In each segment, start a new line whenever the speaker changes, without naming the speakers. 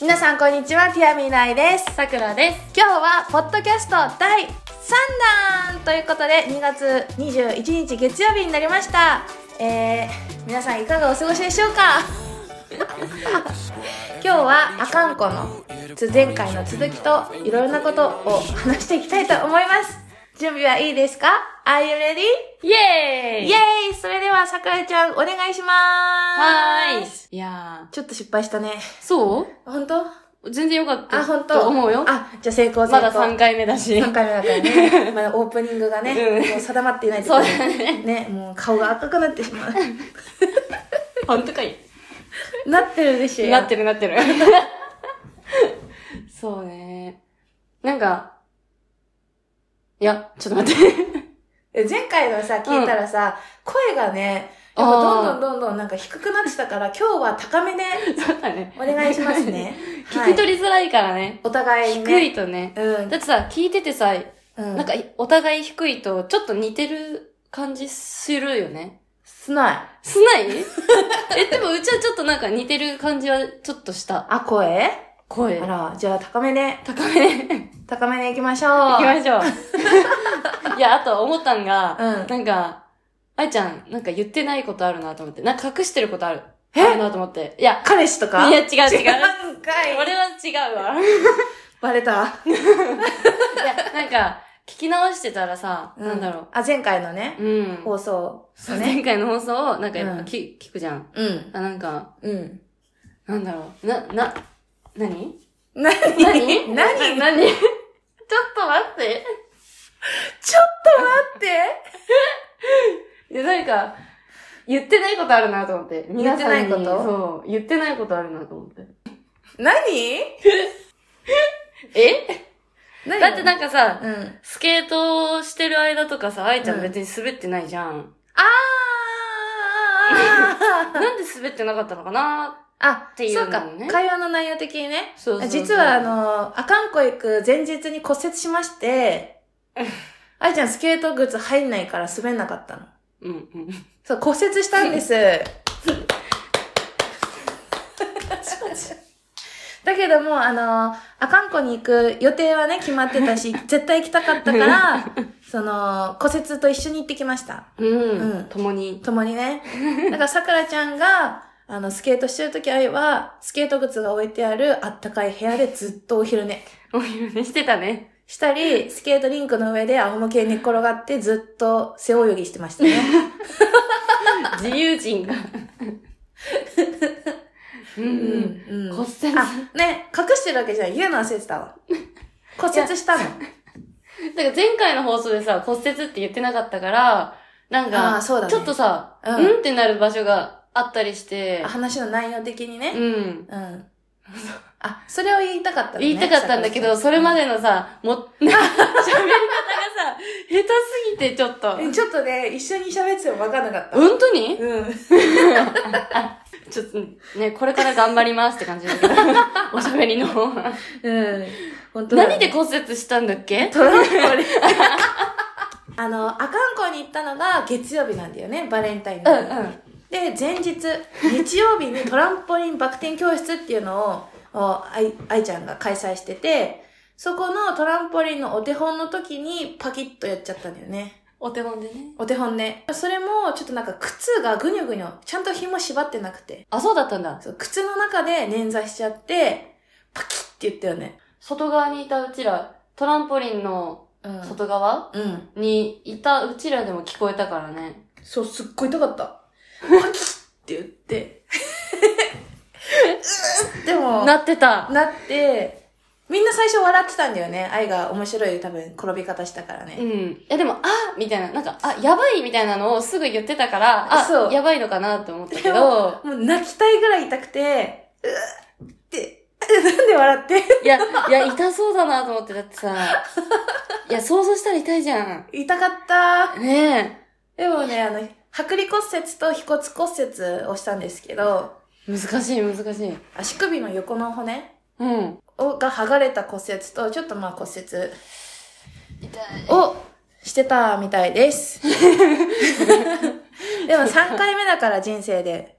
皆さんこんにちはティアミーナイです
さくらです
今日はポッドキャスト第3弾ということで2月21日月曜日になりましたえー、皆さんいかがお過ごしでしょう か今日はあかんこのつ前回の続きといろいろなことを話していきたいと思います準備はいいですか ?Are you ready?
イエーイ
イエーイそれではさくらちゃんお願いしま
は
ーす
ーいいや
ちょっと失敗したね
ーそ
本当
う全然よかった
あ、本当
と思うよ
あ、じゃあ成功成功。
まだ3回目だし
3回目だから ね。まだオープニングがね、
うん
もう定まっていない
そう
に
だね
ね、もう顔が赤くなってしまう。
本当かい
なってるでしょ。
なってるなってる そうねなんかいやちょっと待って
え前回のさ、聞いたらさ、声がね、やっぱどんどんどんどんなんか低くなってたから、今日は高めで
そうだね。
お願いしますね
聞き
はい、
取りづらいからね、
お互いに、
低
ね。
いとね
うん。
だってさ聞いててさ
うん。
なんか、お互い低いと、ちょっと似てる感じするよね。
すない。
すない え、でもうちはちょっとなんか似てる感じはちょっとした。
あ、声
声
あ。ら、じゃあ高めで、
高めね。
高めで行きましょう。
行きましょ う。いや、あと思ったんが、
うん
なんか、あいちゃん、なんか言ってないことあるなと思って。なんか隠してることある。
え
あるなと思って。いや、
彼氏と
い
か
や、違 う違う。
んかい。
俺は違うわ。い
バレた。
や、なんか、聞き直してたらさ、なんだろ
あ、前回のね、
う。うん。
放送。
そう前回の放送を、なんかやっぱ
うん
き聞くじゃん。
うん。
あ、なんか、
うん。
なんだろう。な、な、なに
何
な
何
に
何
なにちょっと待って。
ちょっと待って
で、なんか、言ってないことあるなと思って。皆さん
言っ
に
てないこと
そう。言ってないことあるなと思って。
何
え
何
だってなんかさ、
うん。
スケートをしてる間とかさ、愛ちゃ
うんん
別に滑ってないじゃん。
あー
なんで滑ってなかったのかな
あ、
ていう
そうか
のね。
会話の内容的にね。
そうそうそう
実はあの、あかんこ行く前日に骨折しま して、あいちゃんスケート靴入んないから滑んなかったの。
うんうん。
そう、骨折したんです。だけどもう、あの、あかんこに行く予定はね、決まってたし、絶対行きたかったから、その、骨折と一緒に行ってきました。
うん。
うん
共に。
共にね。だから、さくらちゃんが、あの、スケートしてるときあいは、スケート靴が置いてあるあったかい部屋でずっとお昼寝
お昼寝してた ね。
したり、スケートリンクの上で仰向けに寝っ転がってずっと背泳ぎしてましたね。
自由人が。うん
う
うん。
ん
骨折。
あ、ね、隠してるわけじゃない。言うの忘れてた わ。骨折したの。
だから前回の放送でさ、骨折って言ってなかったから、なん
あー
か、
そうだね
ちょっとさ、
う
うんん、ってなる場所があったりして、
話の内容的に
う
ね。
ん。
うん。あ、それを言いたかったのね。
言いたかったんだけど、それまでのさ、も、喋り方がさ、下手すぎてちょっと。
え。ちょっとね、一緒に喋ってても分かんなかった。
本当に
うん。
ちょっとね、これから頑張りますって感じだ けど、おしゃべりの。
うん。本当だ
何で骨折したんだっけ
トランポリン。 あの、阿寒湖に行ったのが月曜日なんだよね、バレンタイン
うんう
の。
ん。
で、前日、日曜日にトランポリンバク転教室っていうのを、おあい、あいちゃんが開催してて、そこのトランポリンのお手本の時にパキッとやっちゃったんだよね。
お手本でね。
お手本ね。それも、ちょっとなんか靴がぐにょぐにょ、ちゃんと紐縛ってなくて。
あ、そうだったんだ。
そう靴の中で捻挫しちゃって、パキッって言ったよね。
外側にいたうちら、トランポリンの
うん。
外側、
うん。
にいたうちらでも聞こえたからね。
そう、すっごい痛かった。パキッって言って。 うーでも、な
なってた。
って、みんな最初笑ってたんだよね。愛が面白い多分転び方したから
う
ね。
ん。いやでも、あみたいな、なんか、あ、やばいみたいなのをすぐ言ってたから、あ、
そう
やばいのかなと思ったけ
で
ど、
もう泣きたいぐらい痛くて、うーって、 なんで笑って
いや、いや、痛そうだなと思って、だってさ、 いや、想像したら痛いじゃん。
痛かった。
ね
でもね、あの、剥離骨折と腓骨骨折をしたんですけど、
え。難しい、難しい。
足首の横の骨
うん。
をが剥がれた骨折と、ちょっとまあ骨折
痛い。
をしてたみたいです。でも3回目だから人生で。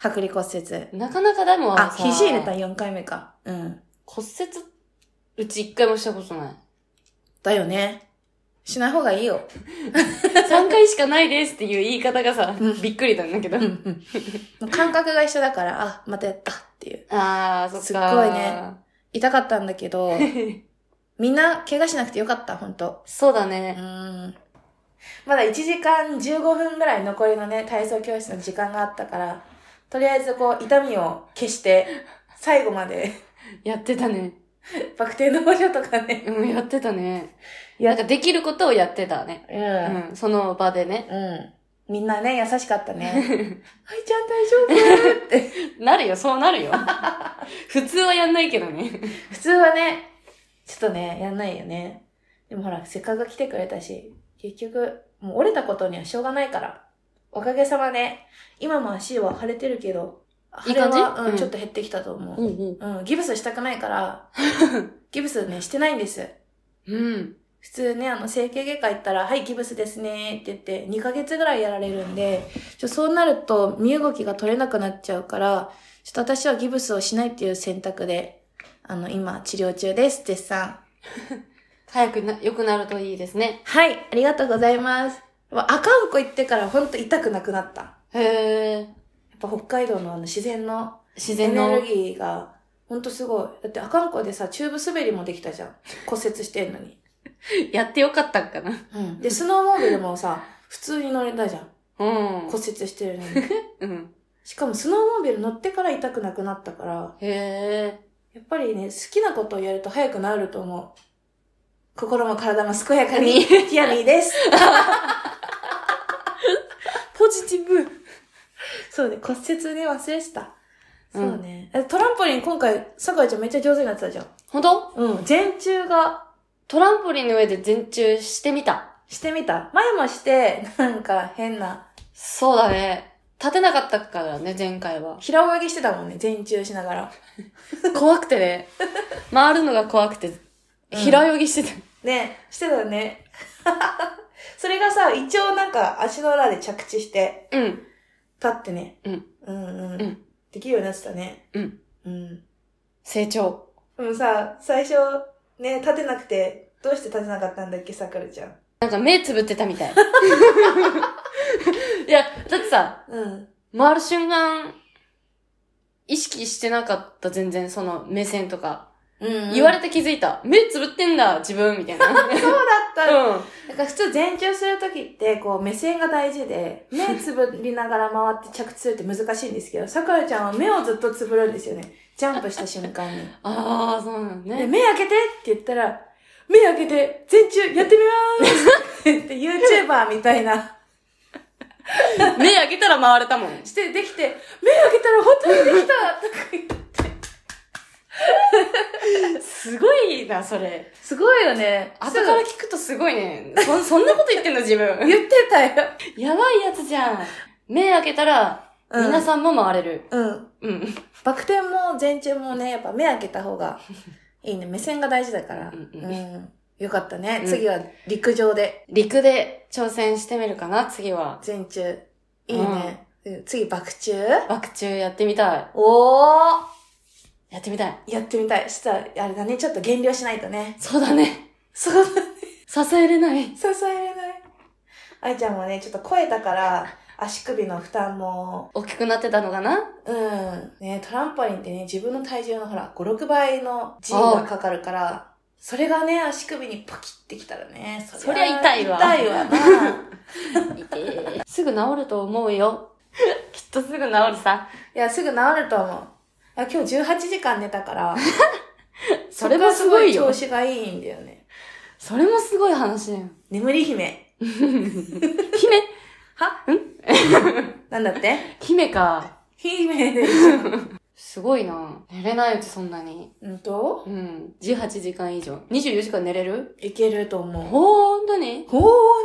剥離骨折。
なかなかでも
あ、
さ
肘入れた4回目か。うん。
骨折、うち一回もしたことない。
だよね。しない方がい いよ。
3回しかないですっていう言い方がさ
うん、
びっくりなんだけど。
感覚が一緒だから、あ、またやったっていう。
あー、そっか。
すっごいね痛かったんだけ ど、
ね。
みんな怪我しなくてよかった、ほんと。
そうだ
う
ね。
ん。まだ1時間15分ぐらい残りのね、体操教室の時間があったから、とりあえずこう、痛みを消して、最後まで、
やってたね。
バク転の補助とかね。
うん、やってたね。
や
なんかできることをやってたね。
うん。
うん、その場でね。
うん。みんなね、優しかった ね。愛ちゃん大丈夫って。
なるよ、そう なるよ。普通はやんないけどね。
普通はね、ちょっとね、やんないよね。でもほら、せっかく来てくれたし、結局、もう折れたことにはしょうがないから。おかげさまね、今も足は腫れてるけど、
いい感じ
腫れはう、
うんん
ちょっと減ってきたと思
う
う。
ん
うん、ギブスしたくない から、ギブスね、してないんです。
うん。うん。
普通ね、あの、整形外科行ったら、はい、ギブスですねって言って、2ヶ月ぐらいやられるんで、ちょそうなると、身動きが取れなくなっちゃうから、ちょっと私はギブスをしないっていう選択で、あの、今、治療中です、絶賛。
早くな、良くなるといいですね。
はい、ありがとうございます。わあかんこ行ってからほんと痛くなくなった。や
へー。
っぱ北海道のあの自然の
自
エ
然
ネ
の
ルギーがほんとすごい。だってあかんこでさ、チューブ滑りもできたじゃん。骨折してんのに。
やってよかったんかな。
うん。で、スノーモービルもさ、普通に乗れたじゃん。
うん。
骨折してるのに。
うん。
しかもスノーモービル乗ってから痛くなくなったから、
へ
やっぱりね、好きなことをやると早くなると思う。心も体も健やかに、
に
ティアミーです。
ー。ポジティブ。
そうね、骨折ね、忘れてた。
う
そ
ん
うね。えトランポリン今回、坂井ちゃんめっちゃ上手になってたじゃん。
ほんと
うん。前中が、
トランポリンの上で前中してみた。
してみた。前もして、なんか変な、。
そうだね。立てなかったからね、前回は
平泳ぎしてたもんね、前中しながら。
怖くてね。回るのが怖くて、
うん
平泳ぎしてた。
ね、してたね。 それがさ、一応なんか足の裏で着地して、
うん。
立ってね。
うん。
うんうん。
うん
できるようになってたね。
うん。
うん。
成長。
でもさ、最初、ね、立てなくて、どうして立てなかったんだっけ、さくらちゃん。
なんか目つぶってたみたい。 いや、だってさ、
うん。
回る瞬間、意識してなかった、全然、その目線とか。
うん
言われて気づいた。目つぶってんだ、自分、みたいな。
そうだった
うん。
なんか普通前中するときって、こう目線が大事で、 目つぶりながら回って着地するって難しいんですけど、さくらちゃんは目をずっとつぶるんですよね。ジャンプした瞬間に。
ああ、そうなの
で、
ね。
目開けてって言ったら、目開けて、前中やってみまーす って言って YouTuber みたいな。
目開けたら回れたもん。
して、できて、目開けたら本当にできたとか言って。
すごいな、それ。
すごいよね。
後から聞くとすごいね。そそんなこと言ってんの、自分。
言ってた よ。
やばいやつじゃん。目開けたら、
うん
皆さんも回れる。
うん。
うん。
バク転も前中もね、やっぱ目開けた方がいいね。目線が大事だから。
うんうん
んよかったね。
うん
次は陸上で
陸で挑戦してみるかな、次は。
前中。いいね。うん次、バク中
バク宙やってみたい。
おー
やってみたい。
やってみたい。したら、あれだね、ちょっと減量しないとね。
そうだね。
そうだね。
支えれない。
支えれない。愛ちゃんもね、ちょっと声だから、足首の負担も、
大きくなってたのか な
うん。ね、トランポリンってね、自分の体重のほら、5、6倍の G がかかるから、それがね、足首にパキってきたらね、そ
そりゃ痛いわ
痛いわな。
いてーすぐ治ると思うよ。きっとすぐ治るさ。
いや、すぐ治ると思う。あ今日18時間寝たから、
それもすごい
そこ
よ
は。すごい調子がいいんだよね。
それもすごい話だよ。
眠り姫。
姫
は なんだって
姫か。
姫でしょ。
すごいな。寝れないうちそんなに。
うんと
うん。18時間以上。24時間寝れる
いけると思う。
ほんとに
ほ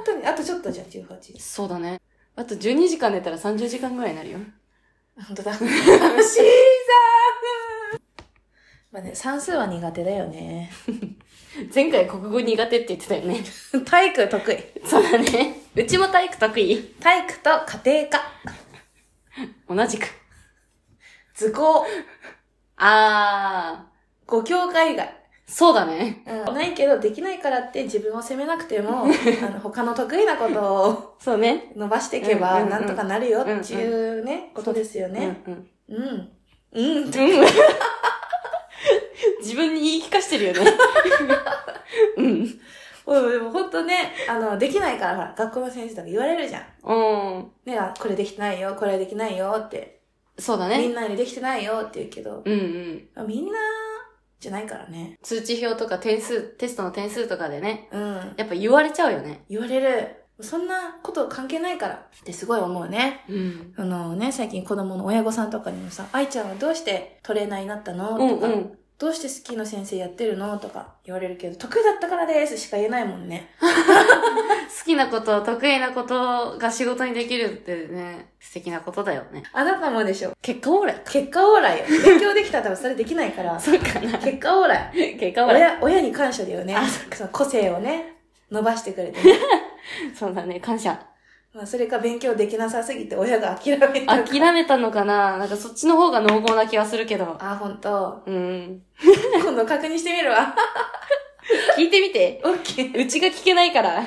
んとに。あとちょっとじゃん、18時。
そうだね。あと12時間寝たら30時間ぐらいになるよ。
ほんとだ。シーザーまあね、算数は苦手だよね。
前回国語苦手って言ってたよね。
体育得意。
そうだね。うちも体育得意。
体育と家庭科。
同じく。
図工、
あー、
ご教科以外。
そうだね。
うん、ないけど、できないからって自分を責めなくて も、あの、他の得意なことを
そうね。
伸ばしていけば、
うんうんうん
なんとかなるよっていうね、ことですよね。
うんうん。
うん。うん。
自分に言い聞かしてるよ ね。うん。
うん、でも本当ね、あの、できないからほら、学校の先生とか言われるじゃん。
うん。
ね、あこれできてないよ、これできないよって。
そうだ
み
ね。
んなにできてないよって言うけど、
うんうん。
あみんな、じゃないからね。
通知表とか点数、テストの点数とかでね、
うん。
やっぱ言われちゃうよね。
言われる。そんなこと関係ないからってすごい思うね。
うん。
あのね、最近子供の親御さんとかにもさ、愛ちゃんはどうしてトレーナーになったの
うん
とか、
うん。
どうしてスキーの先生やってるのとか言われるけど、得意だったからですしか言えないもんね。
好きなこと、得意なことが仕事にできるってね、素敵なことだよね。
あなたもでしょ。
結果オーライか。
結果オーライよ。勉強できたら多分それできない から、
そうかな。
結果オーライ。
結果オーライ。
親、親に感謝だよね
あ。
その個性をね、伸ばしてくれて、ね。
そうだね、感謝。
まあ、それか勉強できなさすぎて親が諦めた。
諦めたのかななんかそっちの方が濃厚な気がするけど。
あ、ほんと。
うん。
今度確認してみるわ。
聞いてみて。
オッケー。
うちが聞けないから。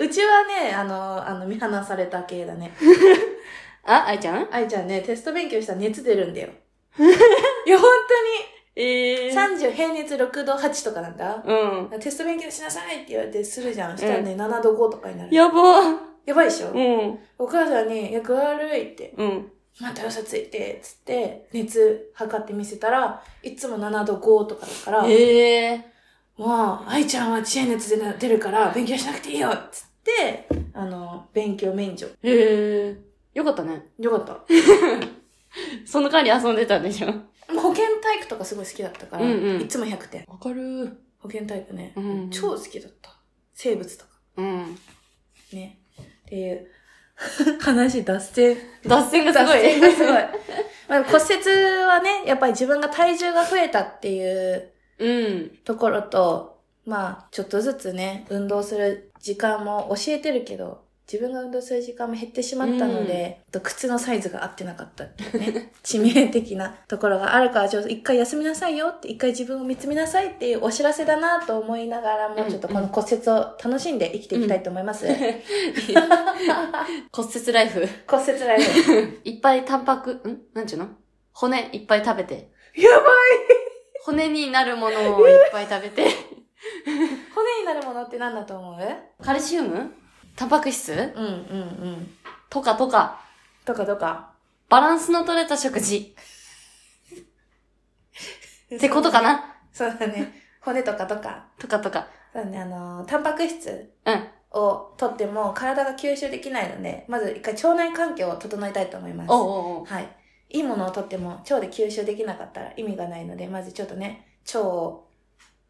うちはね、あの、あの、見放された系だね。
あ、愛ちゃん
愛ちゃんね、テスト勉強したら熱出るん だよ。いや、ほんと
ええ
に。30、平熱6度8とかなんだ。
うん。
テスト勉強しなさいって言われてするじゃん。したらね、7度5とかになる。
やば
やばいでしょ、
うん。
お母さんに、いや、具合悪いって。
うん。
また嘘ついて、つって、熱測ってみせたら、いつも7度5とかだから、もう、
ええ
愛ちゃんは遅延熱で出るから、勉強しなくていいよつって、あの、勉強免除。
ええよかったね。
よかった。
その間に遊んでたんでしょ
保健体育とかすごい好きだったから、
うんうん
いつも100点。
わかる
保健体育ね、
うん
超好きだった。生物とか。
うん。
ね。って いう、話脱線。
脱線がす
脱
ごい。
線が すごい。まあ、骨折はね、やっぱり自分が体重が増えたっていう、
うん。
ところと、まあ、ちょっとずつね、運動する時間も教えてるけど、自分が運動する時間も減ってしまったので、と靴のサイズが合ってなかったっていうね、 致命的なところがあるから、ちょっと一回休みなさいよって、一回自分を見つめなさいっていうお知らせだなと思いながらも、
うん
ちょっとこの骨折を楽しんで生きていきたいと思い ます。
骨折ライフ。
骨折ライフ。
いっぱいタンパク、んなんちゅうの骨いっぱい食べて。
やばい
骨になるものをいっぱい食べて。
骨になるものって何だと思う
カルシウムタンパク質
うんうんうん。
とかとか。
とかとか。
バランスの取れた食事。ってことかな
そうだね。骨とかとか。
とかとか。
そうね、あのー、タンパク質
うん
を取っても体が吸収できないので、まず一回腸内環境を整えたいと思います。
おうおうおう。
はい。いいものを取っても腸で吸収できなかったら意味がないので、まずちょっとね、腸を、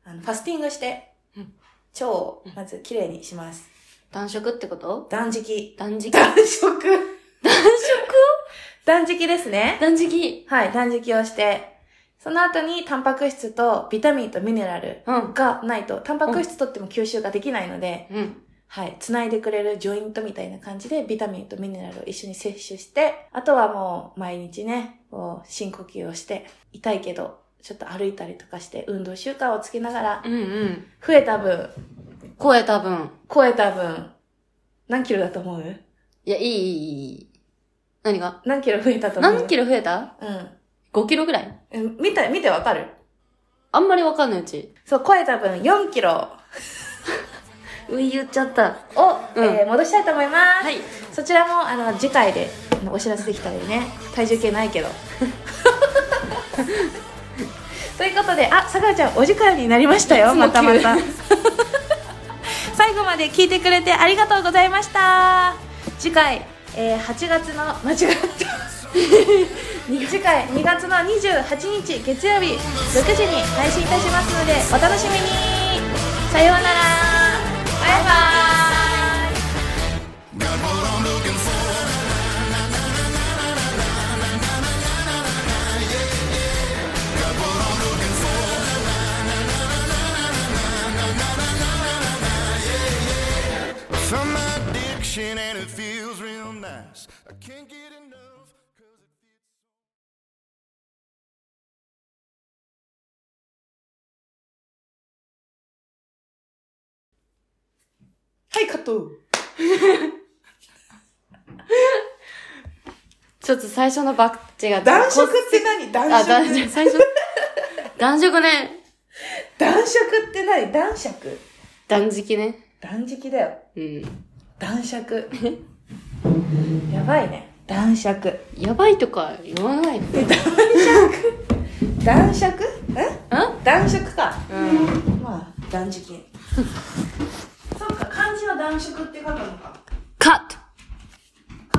あの、ファスティングして
うん、
腸をまずきれいにします。
断食ってこと
断食。
断 食。
断食 断食ですね。
断食
はい、断食をして、その後にタンパク質とビタミンとミネラル
うん。
がないと、タンパク質取っても吸収ができないので、
うん。
はい。繋いでくれるジョイントみたいな感じで、ビタミンとミネラルを一緒に摂取して、あとはもう毎日ね、こう深呼吸をして、痛いけど、ちょっと歩いたりとかして、運動習慣をつけながら、
うんうん。
増えた分、
超えた分。
超えた分、何キロだと思う
いや、いいいいいい。何が
何キロ増えたと思う
何キロ増えた
ロ
?5 キロぐらい
うんうん。見た、見てわかる
あんまりわかんないうち。
そう、超えた分4キロ
うい、言っちゃった。
を、
うん
えー戻したいと思います。
はい。
そちらも、あの、次回で、あのお知らせできたらいいね。体重計ないけど。 ということで、あ、さくらちゃん、お時間になりましたよ。
いつも
またまた
急。
最後まで聞いてくれてありがとうございました。次回、えー8月の、間違った。 次回、2月の28日月曜日、6時に配信いたしますので、お楽しみにさようならバイバイ
From my addiction and it feels real nice. I can't get enough. 'cause it feels-
はい、カット。
ちょっと最初のバッチが。
暖色って何
あ、
暖
だ
色。
最初。断食ね。
暖色って何暖色。
断食ね。
断食だよ。
うん。
男 爵。やばいね。男爵。
やばいとか言わないの
男爵え
ん
男爵か。
うん。
まあ、断食。そっか、漢字は男爵って書くのか。